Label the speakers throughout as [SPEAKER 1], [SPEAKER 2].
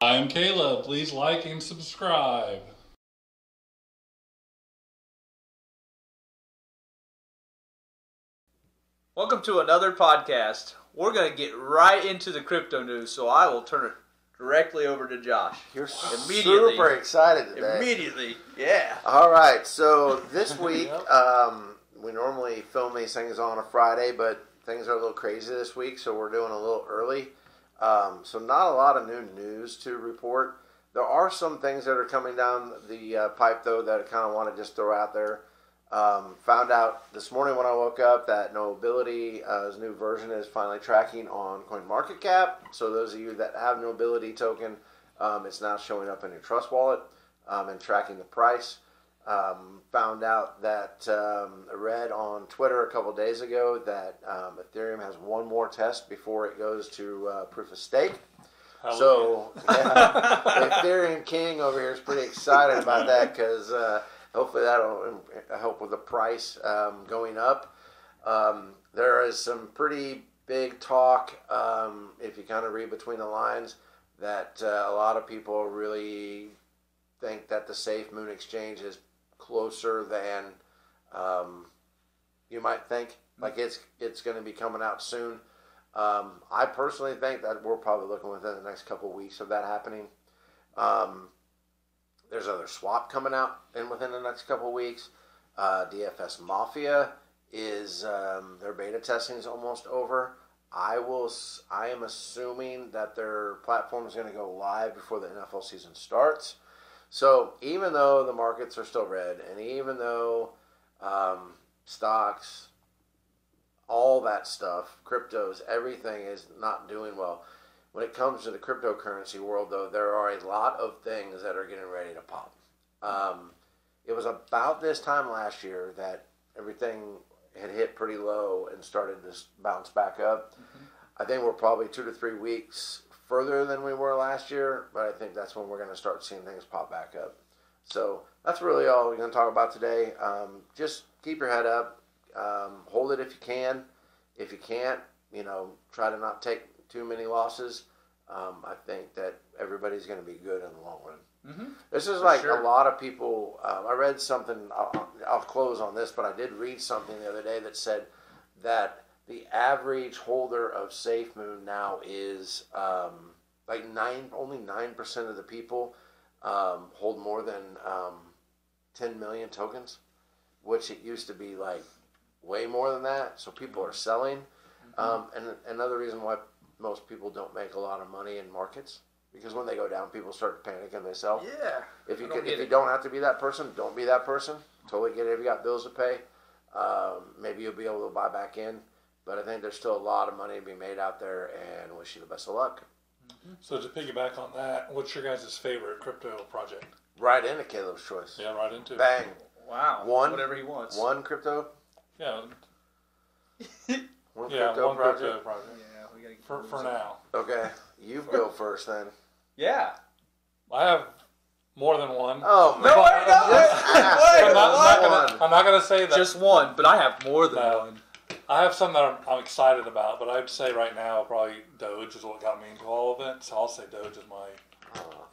[SPEAKER 1] I'm Caleb. Please like and subscribe.
[SPEAKER 2] Welcome to another podcast. We're going to get right into the crypto news, so I will turn it directly over to Josh.
[SPEAKER 3] You're
[SPEAKER 2] Immediately.
[SPEAKER 3] super excited today.
[SPEAKER 2] Immediately. Yeah.
[SPEAKER 3] All right, so this week um, we normally film these things on a Friday, but things are a little crazy this week, so we're doing a little early. Um, so not a lot of new news to report. There are some things that are coming down the uh, pipe though that I kind of want to just throw out there. Um, found out this morning when I woke up that Nobility, uh, his new version, is finally tracking on CoinMarketCap. So those of you that have Nobility token, um, it's now showing up in your Trust wallet um, and tracking the price. Um, found out that um, I read on Twitter a couple days ago that um, Ethereum has one more test before it goes to uh, proof of stake. So yeah, the Ethereum King over here is pretty excited about that because uh, hopefully that'll um, help with the price um, going up. Um, there is some pretty big talk um, if you kind of read between the lines that uh, a lot of people really think that the Safe Moon Exchange is closer than um, you might think. Like it's it's going to be coming out soon. Um, I personally think that we're probably looking within the next couple of weeks of that happening. Um, there's other swap coming out in within the next couple of weeks. Uh, DFS Mafia is um, their beta testing is almost over. I will. s- I am assuming that their platform is going to go live before the NFL season starts. So even though the markets are still red, and even though um, stocks, all that stuff, cryptos, everything is not doing well. When it comes to the cryptocurrency world, though, there are a lot of things that are getting ready to pop. Um, it was about this time last year that everything had hit pretty low and started to s- bounce back up. I think we're probably two to three weeks further than we were last year, but I think that's when we're going to start seeing things pop back up. So that's really all we're going to talk about today. Um, just keep your head up, um, hold it if you can. If you can't, you know, try to not take too many losses. Um, I think that everybody's going to be good in the long run. This is like
[SPEAKER 2] sure.
[SPEAKER 3] a lot of people. Um, I read something. I'll, I'll close on this, but I did read something the other day that said that the average holder of SafeMoon now is um, like nine. Only nine percent of the people um, hold more than um, ten million tokens, which it used to be like way more than that. So people are selling, um, and another reason why most people don't make a lot of money in markets. Because when they go down, people start to panic and they sell.
[SPEAKER 2] Yeah.
[SPEAKER 3] If you
[SPEAKER 2] I don't
[SPEAKER 3] could,
[SPEAKER 2] get
[SPEAKER 3] if you
[SPEAKER 2] it.
[SPEAKER 3] don't have to be that person, don't be that person. Totally get it. If you got bills to pay, um, maybe you'll be able to buy back in. But I think there's still a lot of money to be made out there, and wish you the best of luck.
[SPEAKER 1] So to piggyback on that, what's your guys' favorite crypto project?
[SPEAKER 3] Right into Caleb's choice.
[SPEAKER 1] Yeah, right into it.
[SPEAKER 3] Bang.
[SPEAKER 2] Wow.
[SPEAKER 3] One-
[SPEAKER 2] Whatever he wants.
[SPEAKER 3] One crypto.
[SPEAKER 1] Yeah,
[SPEAKER 3] One
[SPEAKER 1] yeah,
[SPEAKER 3] crypto
[SPEAKER 1] one
[SPEAKER 3] project.
[SPEAKER 1] crypto
[SPEAKER 2] Yeah,
[SPEAKER 1] project
[SPEAKER 2] we gotta get
[SPEAKER 1] for, for now.
[SPEAKER 3] Okay, you go first then.
[SPEAKER 2] Yeah.
[SPEAKER 1] I have more than one.
[SPEAKER 3] Oh
[SPEAKER 2] No,
[SPEAKER 3] my.
[SPEAKER 2] wait, no,
[SPEAKER 3] Just
[SPEAKER 2] wait,
[SPEAKER 3] ask
[SPEAKER 2] wait,
[SPEAKER 1] I'm, not, I'm,
[SPEAKER 2] what?
[SPEAKER 3] what?
[SPEAKER 1] not gonna, I'm not gonna say that.
[SPEAKER 2] Just one, but I have more than
[SPEAKER 1] No.
[SPEAKER 2] one.
[SPEAKER 1] I have some that I'm, I'm excited about, but I'd say right now probably Doge is what got me into all of it. So I'll say Doge is my,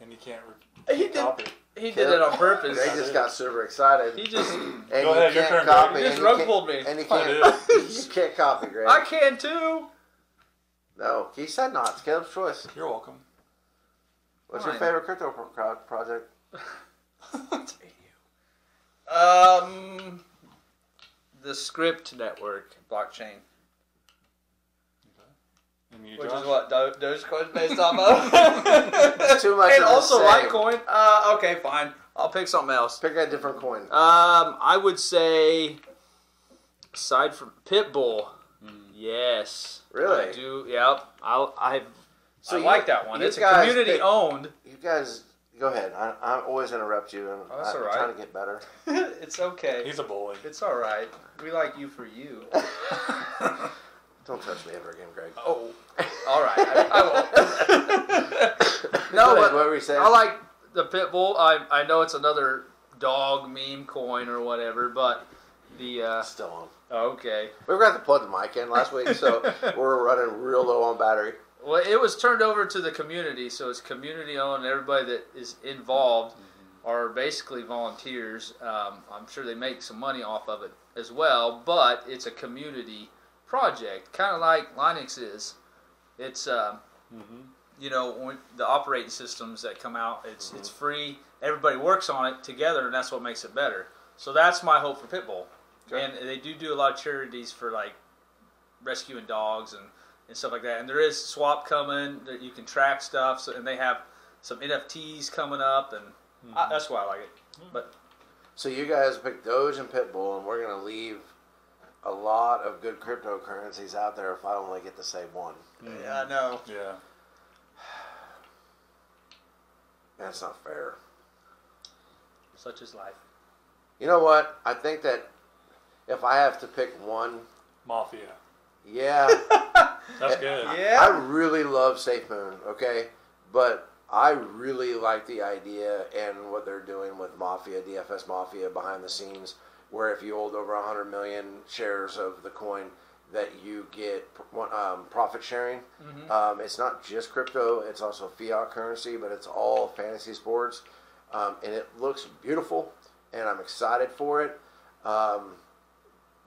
[SPEAKER 1] and you can't re-
[SPEAKER 2] Uh-huh. He did.
[SPEAKER 1] copy.
[SPEAKER 2] He did it on
[SPEAKER 3] They
[SPEAKER 2] purpose.
[SPEAKER 3] just got super excited.
[SPEAKER 2] He just.
[SPEAKER 3] and
[SPEAKER 1] Go
[SPEAKER 3] you
[SPEAKER 1] ahead, your
[SPEAKER 3] can't
[SPEAKER 1] turn, Greg.
[SPEAKER 3] copy.
[SPEAKER 2] You just
[SPEAKER 3] and you
[SPEAKER 2] rug
[SPEAKER 3] can't-
[SPEAKER 2] pulled me.
[SPEAKER 3] And you
[SPEAKER 1] I
[SPEAKER 3] can't. you can't copy, Greg.
[SPEAKER 2] I can too.
[SPEAKER 3] No, he said not. It's Caleb's choice.
[SPEAKER 1] You're welcome.
[SPEAKER 3] What's
[SPEAKER 2] Fine.
[SPEAKER 3] your favorite crypto pro- pro- project?
[SPEAKER 2] Um, the Script Network blockchain,
[SPEAKER 1] And you,
[SPEAKER 2] which
[SPEAKER 1] Josh?
[SPEAKER 2] is what Do- Dogecoin's based off of.
[SPEAKER 3] Too much
[SPEAKER 2] and
[SPEAKER 3] of the
[SPEAKER 2] also
[SPEAKER 3] same.
[SPEAKER 2] Litecoin. Uh, okay, fine. I'll pick something else.
[SPEAKER 3] Pick a different coin.
[SPEAKER 2] Um, I would say, aside from Pitbull, yes,
[SPEAKER 3] Really?
[SPEAKER 2] I do. Yep, I Hmm. I,
[SPEAKER 3] So
[SPEAKER 2] I
[SPEAKER 3] you-
[SPEAKER 2] like that one.
[SPEAKER 3] you
[SPEAKER 2] It's a
[SPEAKER 3] guys
[SPEAKER 2] community
[SPEAKER 3] pick-
[SPEAKER 2] owned.
[SPEAKER 3] You guys, go ahead. I, I always interrupt you, and
[SPEAKER 2] Oh, that's
[SPEAKER 3] I,
[SPEAKER 2] all right.
[SPEAKER 3] am trying to get better.
[SPEAKER 2] it's okay.
[SPEAKER 1] He's a bully.
[SPEAKER 2] It's all right. We like you for you.
[SPEAKER 3] Don't touch me ever again, Greg.
[SPEAKER 2] Oh, all right. I, I won't. no,
[SPEAKER 3] Go ahead,
[SPEAKER 2] but
[SPEAKER 3] what were you saying?
[SPEAKER 2] I like the Pitbull. I I know it's another dog meme coin or whatever, but the uh,
[SPEAKER 3] Still on.
[SPEAKER 2] okay.
[SPEAKER 3] We forgot to plug the mic in last week, so we're running real low on battery.
[SPEAKER 2] Well, it was turned over to the community, so it's community owned. Everybody that is involved are basically volunteers. Um, I'm sure they make some money off of it as well, but it's a community project, kind of like Linux is. It's um, you know when, the operating systems that come out. It's it's free. Everybody works on it together, and that's what makes it better. So that's my hope for Pitbull.
[SPEAKER 3] Sure.
[SPEAKER 2] And they do do a lot of charities for like rescuing dogs and, and stuff like that. And there is swap coming that you can track stuff. So and they have some NFTs coming up, and I, that's why I like it.
[SPEAKER 3] So you guys picked Doge and Pitbull, and we're gonna leave a lot of good cryptocurrencies out there if I only get to say one.
[SPEAKER 2] Yeah, I know.
[SPEAKER 1] Yeah.
[SPEAKER 3] That's not fair.
[SPEAKER 2] Such is life.
[SPEAKER 3] You know what? I think that if I have to pick one,
[SPEAKER 1] Mafia.
[SPEAKER 3] yeah,
[SPEAKER 1] That's good.
[SPEAKER 3] I really love Safe Moon. Okay, but I really like the idea and what they're doing with Mafia, DFS Mafia behind the scenes, where if you hold over 100 million shares of the coin, that you get um, profit sharing. Um, it's not just crypto; it's also fiat currency, but it's all fantasy sports, um, and it looks beautiful, and I'm excited for it. Um,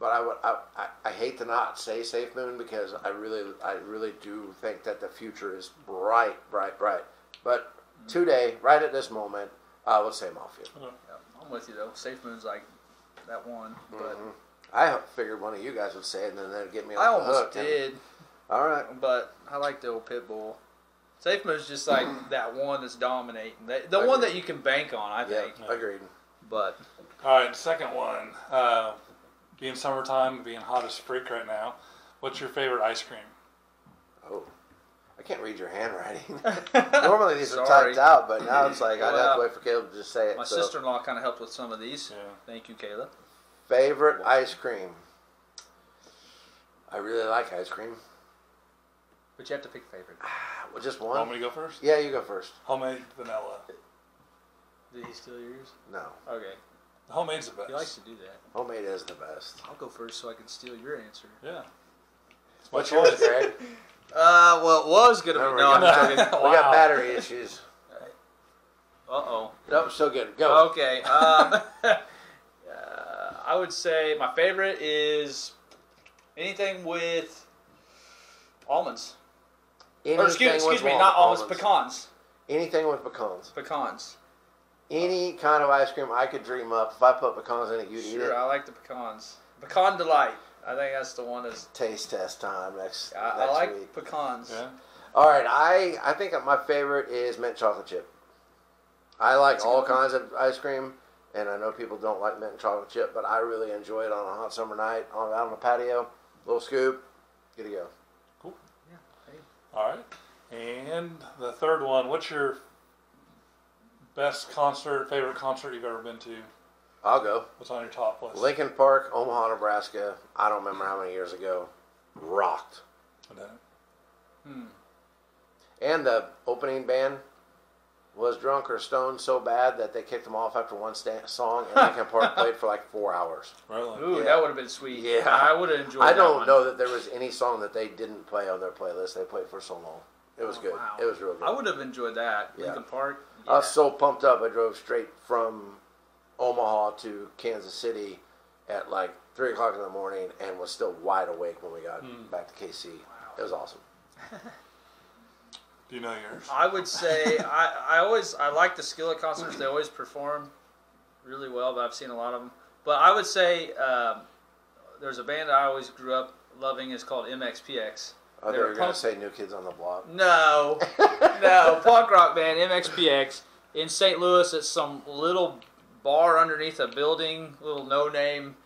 [SPEAKER 3] but I, would- I, I, I hate to not say Safe Moon because I really I really do think that the future is bright, bright, bright. But today, right at this moment, I would say Mafia.
[SPEAKER 2] Yeah, I'm with you though. Safe Moon's like that one, but
[SPEAKER 3] Mm-hmm. I ho- figured one of you guys would say it, and then that'd get me
[SPEAKER 2] Mm-hmm. I
[SPEAKER 3] off the hook.
[SPEAKER 2] almost
[SPEAKER 3] and-
[SPEAKER 2] did.
[SPEAKER 3] all right.
[SPEAKER 2] but I like the old Pitbull. Safe Moon's just like that one that's dominating, the, the
[SPEAKER 3] Mm-hmm. I
[SPEAKER 2] one
[SPEAKER 3] agree.
[SPEAKER 2] that you can bank on, I
[SPEAKER 3] Yeah,
[SPEAKER 2] think.
[SPEAKER 3] agreed.
[SPEAKER 2] But
[SPEAKER 1] All right, second one. Uh, being summertime, being hot as freak right now. What's your favorite ice cream?
[SPEAKER 3] Oh, I can't read your handwriting. Normally these are
[SPEAKER 2] Sorry.
[SPEAKER 3] typed out, but now it's like I'd have
[SPEAKER 2] Well, uh,
[SPEAKER 3] to wait for Caleb to just say it.
[SPEAKER 2] my
[SPEAKER 3] so.
[SPEAKER 2] sister-in-law kind of helped with some of these.
[SPEAKER 1] Yeah.
[SPEAKER 2] Thank you, Kayla.
[SPEAKER 3] Favorite ice cream. I really like ice cream.
[SPEAKER 2] But you have to pick a favorite.
[SPEAKER 3] Well, just
[SPEAKER 1] Want
[SPEAKER 3] one.
[SPEAKER 1] me to go first?
[SPEAKER 3] Yeah, you go first.
[SPEAKER 1] Homemade vanilla.
[SPEAKER 2] Did he steal yours?
[SPEAKER 3] No,
[SPEAKER 2] Okay.
[SPEAKER 1] Homemade's the best.
[SPEAKER 2] He likes to do that.
[SPEAKER 3] homemade is the best.
[SPEAKER 2] I'll go first so I can steal your answer.
[SPEAKER 1] Yeah. It's my
[SPEAKER 3] What's yours,
[SPEAKER 1] choice.
[SPEAKER 3] Greg?
[SPEAKER 2] Uh, well, it was gonna
[SPEAKER 3] No,
[SPEAKER 2] be.
[SPEAKER 3] we
[SPEAKER 2] No,
[SPEAKER 3] got-
[SPEAKER 2] I'm joking.
[SPEAKER 3] We
[SPEAKER 2] Uh
[SPEAKER 1] Wow.
[SPEAKER 3] got battery issues.
[SPEAKER 2] oh.
[SPEAKER 3] Nope, still good. Go.
[SPEAKER 2] Okay. Um, uh, I would say my favorite is anything with almonds. Or excuse,
[SPEAKER 3] Anything with
[SPEAKER 2] excuse me,
[SPEAKER 3] wal-
[SPEAKER 2] not almonds, pecans.
[SPEAKER 3] Anything with pecans.
[SPEAKER 2] Pecans.
[SPEAKER 3] Any kind of ice cream I could dream up. If I put pecans in it, you'd eat
[SPEAKER 2] Sure,
[SPEAKER 3] it.
[SPEAKER 2] I like the pecans. Pecan delight. I think that's the one that's.
[SPEAKER 3] Taste test time next,
[SPEAKER 2] I, I
[SPEAKER 3] next
[SPEAKER 2] like
[SPEAKER 3] week.
[SPEAKER 2] pecans.
[SPEAKER 1] Yeah.
[SPEAKER 3] All right, I I think my favorite is mint chocolate chip. I like
[SPEAKER 2] That's a
[SPEAKER 3] all
[SPEAKER 2] good one.
[SPEAKER 3] kinds of ice cream, and I know people don't like mint chocolate chip, but I really enjoy it on a hot summer night on out on the patio, little scoop, good to go.
[SPEAKER 1] All right. And the third one. What's your best concert, favorite concert you've ever been to?
[SPEAKER 3] I'll go.
[SPEAKER 1] What's on your top list?
[SPEAKER 3] Lincoln Park, Omaha, Nebraska. I don't remember how many years ago. Rocked.
[SPEAKER 1] I don't know.
[SPEAKER 3] And the opening band was drunk or stoned so bad that they kicked them off after one sta- song, and Lincoln Park played for like four hours.
[SPEAKER 1] Really?
[SPEAKER 2] Ooh,
[SPEAKER 3] Yeah.
[SPEAKER 2] that would have been sweet.
[SPEAKER 3] Yeah.
[SPEAKER 2] I would have enjoyed.
[SPEAKER 3] I
[SPEAKER 2] that
[SPEAKER 3] don't
[SPEAKER 2] one.
[SPEAKER 3] know that there was any song that they didn't play on their playlist. They played for so long. It was
[SPEAKER 2] Oh,
[SPEAKER 3] good.
[SPEAKER 2] wow.
[SPEAKER 3] It was real good.
[SPEAKER 2] I would have enjoyed that.
[SPEAKER 3] Yeah. Uh,
[SPEAKER 2] Lincoln Park.
[SPEAKER 3] I was so pumped up. I drove straight from Omaha to Kansas City at like three o'clock in the morning, and was still wide awake when we got
[SPEAKER 2] Hmm.
[SPEAKER 3] back to KC. It was awesome.
[SPEAKER 1] Do you know yours?
[SPEAKER 2] I would say I, I always I like the skillet concerts. They always perform really well. But I've seen a lot of them. But I would say um, there's a band I always grew up loving. It's called MXPX.
[SPEAKER 3] I thought
[SPEAKER 2] They
[SPEAKER 3] you
[SPEAKER 2] were
[SPEAKER 3] were gonna
[SPEAKER 2] punk-
[SPEAKER 3] say New Kids on the Block.
[SPEAKER 2] No, no, punk rock band MXPX in St. Louis at some little bar underneath a building, little no name,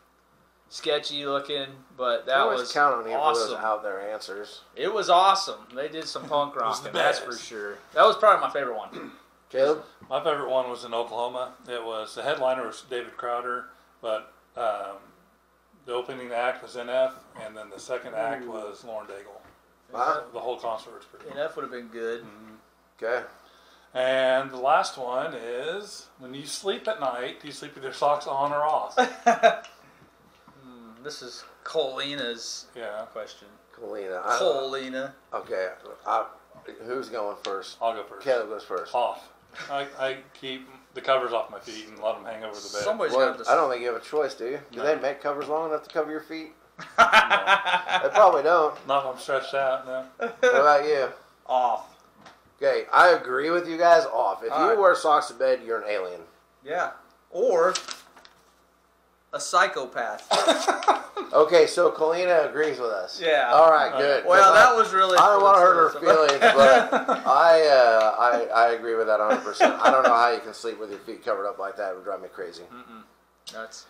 [SPEAKER 2] sketchy looking, but
[SPEAKER 3] I
[SPEAKER 2] that
[SPEAKER 3] always
[SPEAKER 2] was
[SPEAKER 3] count on you for
[SPEAKER 2] awesome.
[SPEAKER 3] those out there answers.
[SPEAKER 2] It was awesome. They did some punk rock,
[SPEAKER 1] the
[SPEAKER 2] and that's for
[SPEAKER 1] best.
[SPEAKER 2] sure. That was probably my favorite one.
[SPEAKER 3] Caleb,
[SPEAKER 1] My favorite one was in Oklahoma. It was the headliner was David Crowder, but um, the opening act was NF, and then the second act was Lauren Daigle.
[SPEAKER 3] wow.
[SPEAKER 1] The whole concert was pretty. Cool.
[SPEAKER 2] And that would have been good.
[SPEAKER 3] Okay.
[SPEAKER 1] And the last one is when you sleep at night, do you sleep with your socks on or off?
[SPEAKER 2] Hmm, This is Colina's
[SPEAKER 1] yeah.
[SPEAKER 2] question.
[SPEAKER 3] Colina. I don't-
[SPEAKER 2] Colina.
[SPEAKER 3] Okay, I, who's going first?
[SPEAKER 1] I'll go first.
[SPEAKER 3] Caleb goes first.
[SPEAKER 1] Off. I, I keep the covers off my feet and let them hang over the bed.
[SPEAKER 2] Somebody's
[SPEAKER 3] Well,
[SPEAKER 2] got
[SPEAKER 3] I
[SPEAKER 2] to.
[SPEAKER 3] don't think you have a choice, do you? Do
[SPEAKER 1] No.
[SPEAKER 3] they make covers long enough to cover your feet? They probably don't.
[SPEAKER 1] Not if I'm stretched out, no.
[SPEAKER 3] What about you?
[SPEAKER 2] Off.
[SPEAKER 3] Okay, I agree with you guys. Off. If you
[SPEAKER 2] Alright.
[SPEAKER 3] wear socks to bed, you're an alien.
[SPEAKER 4] Yeah. Or a psychopath.
[SPEAKER 3] Okay, so Colina agrees with us.
[SPEAKER 4] Yeah.
[SPEAKER 3] All right, good.
[SPEAKER 4] Well,
[SPEAKER 3] 'Cause I-
[SPEAKER 4] that was really.
[SPEAKER 3] I don't want to hurt her
[SPEAKER 4] cool.
[SPEAKER 3] feelings, but I, uh, I I agree with that 100. percent I don't know how you can sleep with your feet covered up like that. It would drive me crazy.
[SPEAKER 2] That's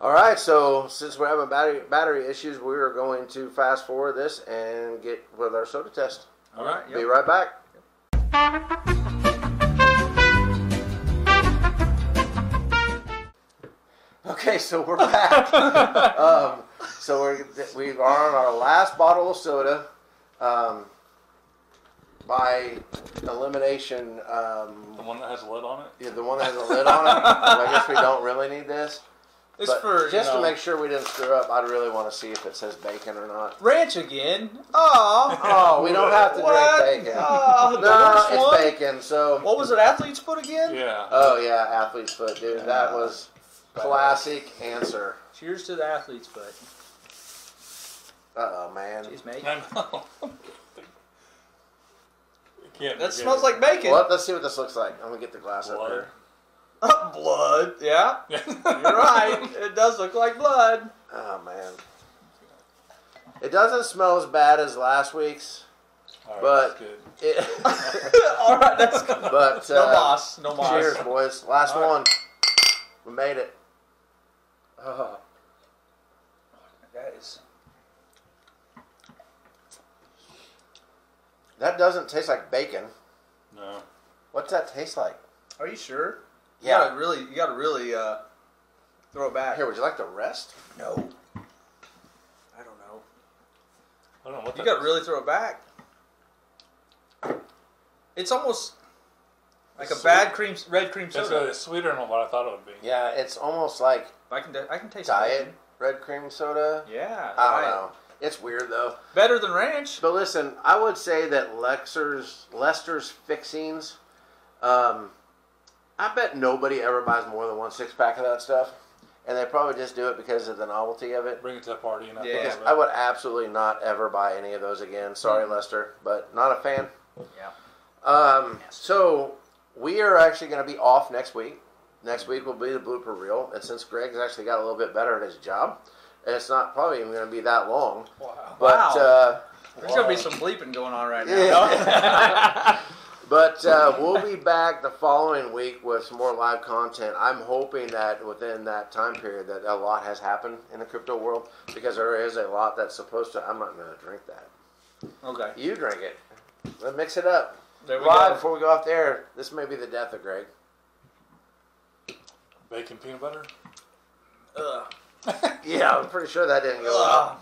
[SPEAKER 3] All right, so since we're having battery battery issues, we are going to fast forward this and get with our soda test.
[SPEAKER 1] All right.
[SPEAKER 3] Be
[SPEAKER 4] Yep.
[SPEAKER 3] right back. Okay, so we're back. um, so we're we are on our last bottle of soda. Um, by elimination,
[SPEAKER 1] The
[SPEAKER 3] um,
[SPEAKER 1] one that has a lid on it?
[SPEAKER 3] yeah, the one that has a lid on it. I guess we don't really need this.
[SPEAKER 2] it's
[SPEAKER 3] but
[SPEAKER 2] for
[SPEAKER 3] just
[SPEAKER 2] you know,
[SPEAKER 3] to make sure we didn't screw up, I'd really want to see if it says bacon or not.
[SPEAKER 2] ranch again. Oh.
[SPEAKER 3] Oh, we don't have to
[SPEAKER 4] What?
[SPEAKER 3] drink bacon.
[SPEAKER 4] Oh, the
[SPEAKER 3] no,
[SPEAKER 4] worst
[SPEAKER 3] it's
[SPEAKER 4] one?
[SPEAKER 3] bacon. So
[SPEAKER 4] What was it? Athlete's foot again?
[SPEAKER 1] Yeah.
[SPEAKER 3] Oh yeah, athlete's foot, dude. That was classic answer.
[SPEAKER 2] Cheers to the athlete's foot.
[SPEAKER 3] Uh oh, man.
[SPEAKER 2] Jeez, mate.
[SPEAKER 1] I know. You can't
[SPEAKER 4] That
[SPEAKER 1] forget
[SPEAKER 4] smells
[SPEAKER 1] it.
[SPEAKER 4] like bacon.
[SPEAKER 3] Well, let's see what this looks like. I'm gonna get the glass up
[SPEAKER 1] Blood.
[SPEAKER 3] here.
[SPEAKER 4] blood. Yeah. You're right. It does look like blood.
[SPEAKER 3] Oh man. It doesn't smell as bad as last week's,
[SPEAKER 1] All right,
[SPEAKER 3] But-
[SPEAKER 1] that's good.
[SPEAKER 3] it,
[SPEAKER 4] All right. That's good.
[SPEAKER 3] but
[SPEAKER 4] No
[SPEAKER 3] uh,
[SPEAKER 4] moss. No moss.
[SPEAKER 3] Cheers, boys. Last
[SPEAKER 1] All right.
[SPEAKER 3] one. We made it. Oh,
[SPEAKER 4] That is.
[SPEAKER 3] that doesn't taste like bacon.
[SPEAKER 1] No.
[SPEAKER 3] What's that taste like?
[SPEAKER 4] Are you sure? You
[SPEAKER 3] Yeah.
[SPEAKER 4] gotta really. You gotta really uh, throw it back.
[SPEAKER 3] Here, would you like the rest?
[SPEAKER 4] No. I don't know.
[SPEAKER 1] I don't know what
[SPEAKER 4] You
[SPEAKER 1] that
[SPEAKER 4] gotta really throw it back. It's almost like a
[SPEAKER 1] Sweet.
[SPEAKER 4] bad cream, red cream
[SPEAKER 1] It's, uh,
[SPEAKER 4] soda.
[SPEAKER 1] it's sweeter than what I thought it would be.
[SPEAKER 3] Yeah, it's almost like
[SPEAKER 4] I can, I can taste
[SPEAKER 3] diet red cream soda.
[SPEAKER 4] bacon. Yeah.
[SPEAKER 3] I
[SPEAKER 4] diet.
[SPEAKER 3] don't know. It's weird though.
[SPEAKER 4] Better than ranch.
[SPEAKER 3] But listen, I would say that Lexer's Lester's fixings. Um, I bet nobody ever buys more than one six pack of that stuff, and they probably just do it because of the novelty of it.
[SPEAKER 1] Bring it to a party and I
[SPEAKER 4] Yeah,
[SPEAKER 1] yeah,
[SPEAKER 3] Because I would absolutely not ever buy any of those again. Sorry, Lester, but not a fan.
[SPEAKER 4] Mm-hmm. Yeah.
[SPEAKER 3] Um, so we are actually going to be off next week. Next week will be the blooper reel, and since Greg's actually got a little bit better at his job, and it's not probably even going to be that long.
[SPEAKER 4] Wow.
[SPEAKER 3] But uh,
[SPEAKER 2] There's gonna be some bleeping going on right now.
[SPEAKER 3] But uh, we'll be back the following week with some more live content. I'm hoping that within that time period that a lot has happened in the crypto world because there is a lot that's supposed to. I'm not going to drink that.
[SPEAKER 2] Okay.
[SPEAKER 3] You drink it. Let's mix it up.
[SPEAKER 2] There we
[SPEAKER 3] Live
[SPEAKER 2] go.
[SPEAKER 3] before we go off the air. This may be the death of Greg.
[SPEAKER 1] bacon peanut butter.
[SPEAKER 4] Ugh.
[SPEAKER 3] Yeah, I'm pretty sure that didn't go well.
[SPEAKER 4] Ugh.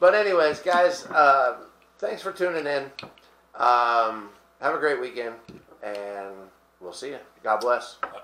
[SPEAKER 3] But anyways, guys, uh, thanks for tuning in. Um, have a great weekend, and we'll see you. God bless.
[SPEAKER 1] Bye.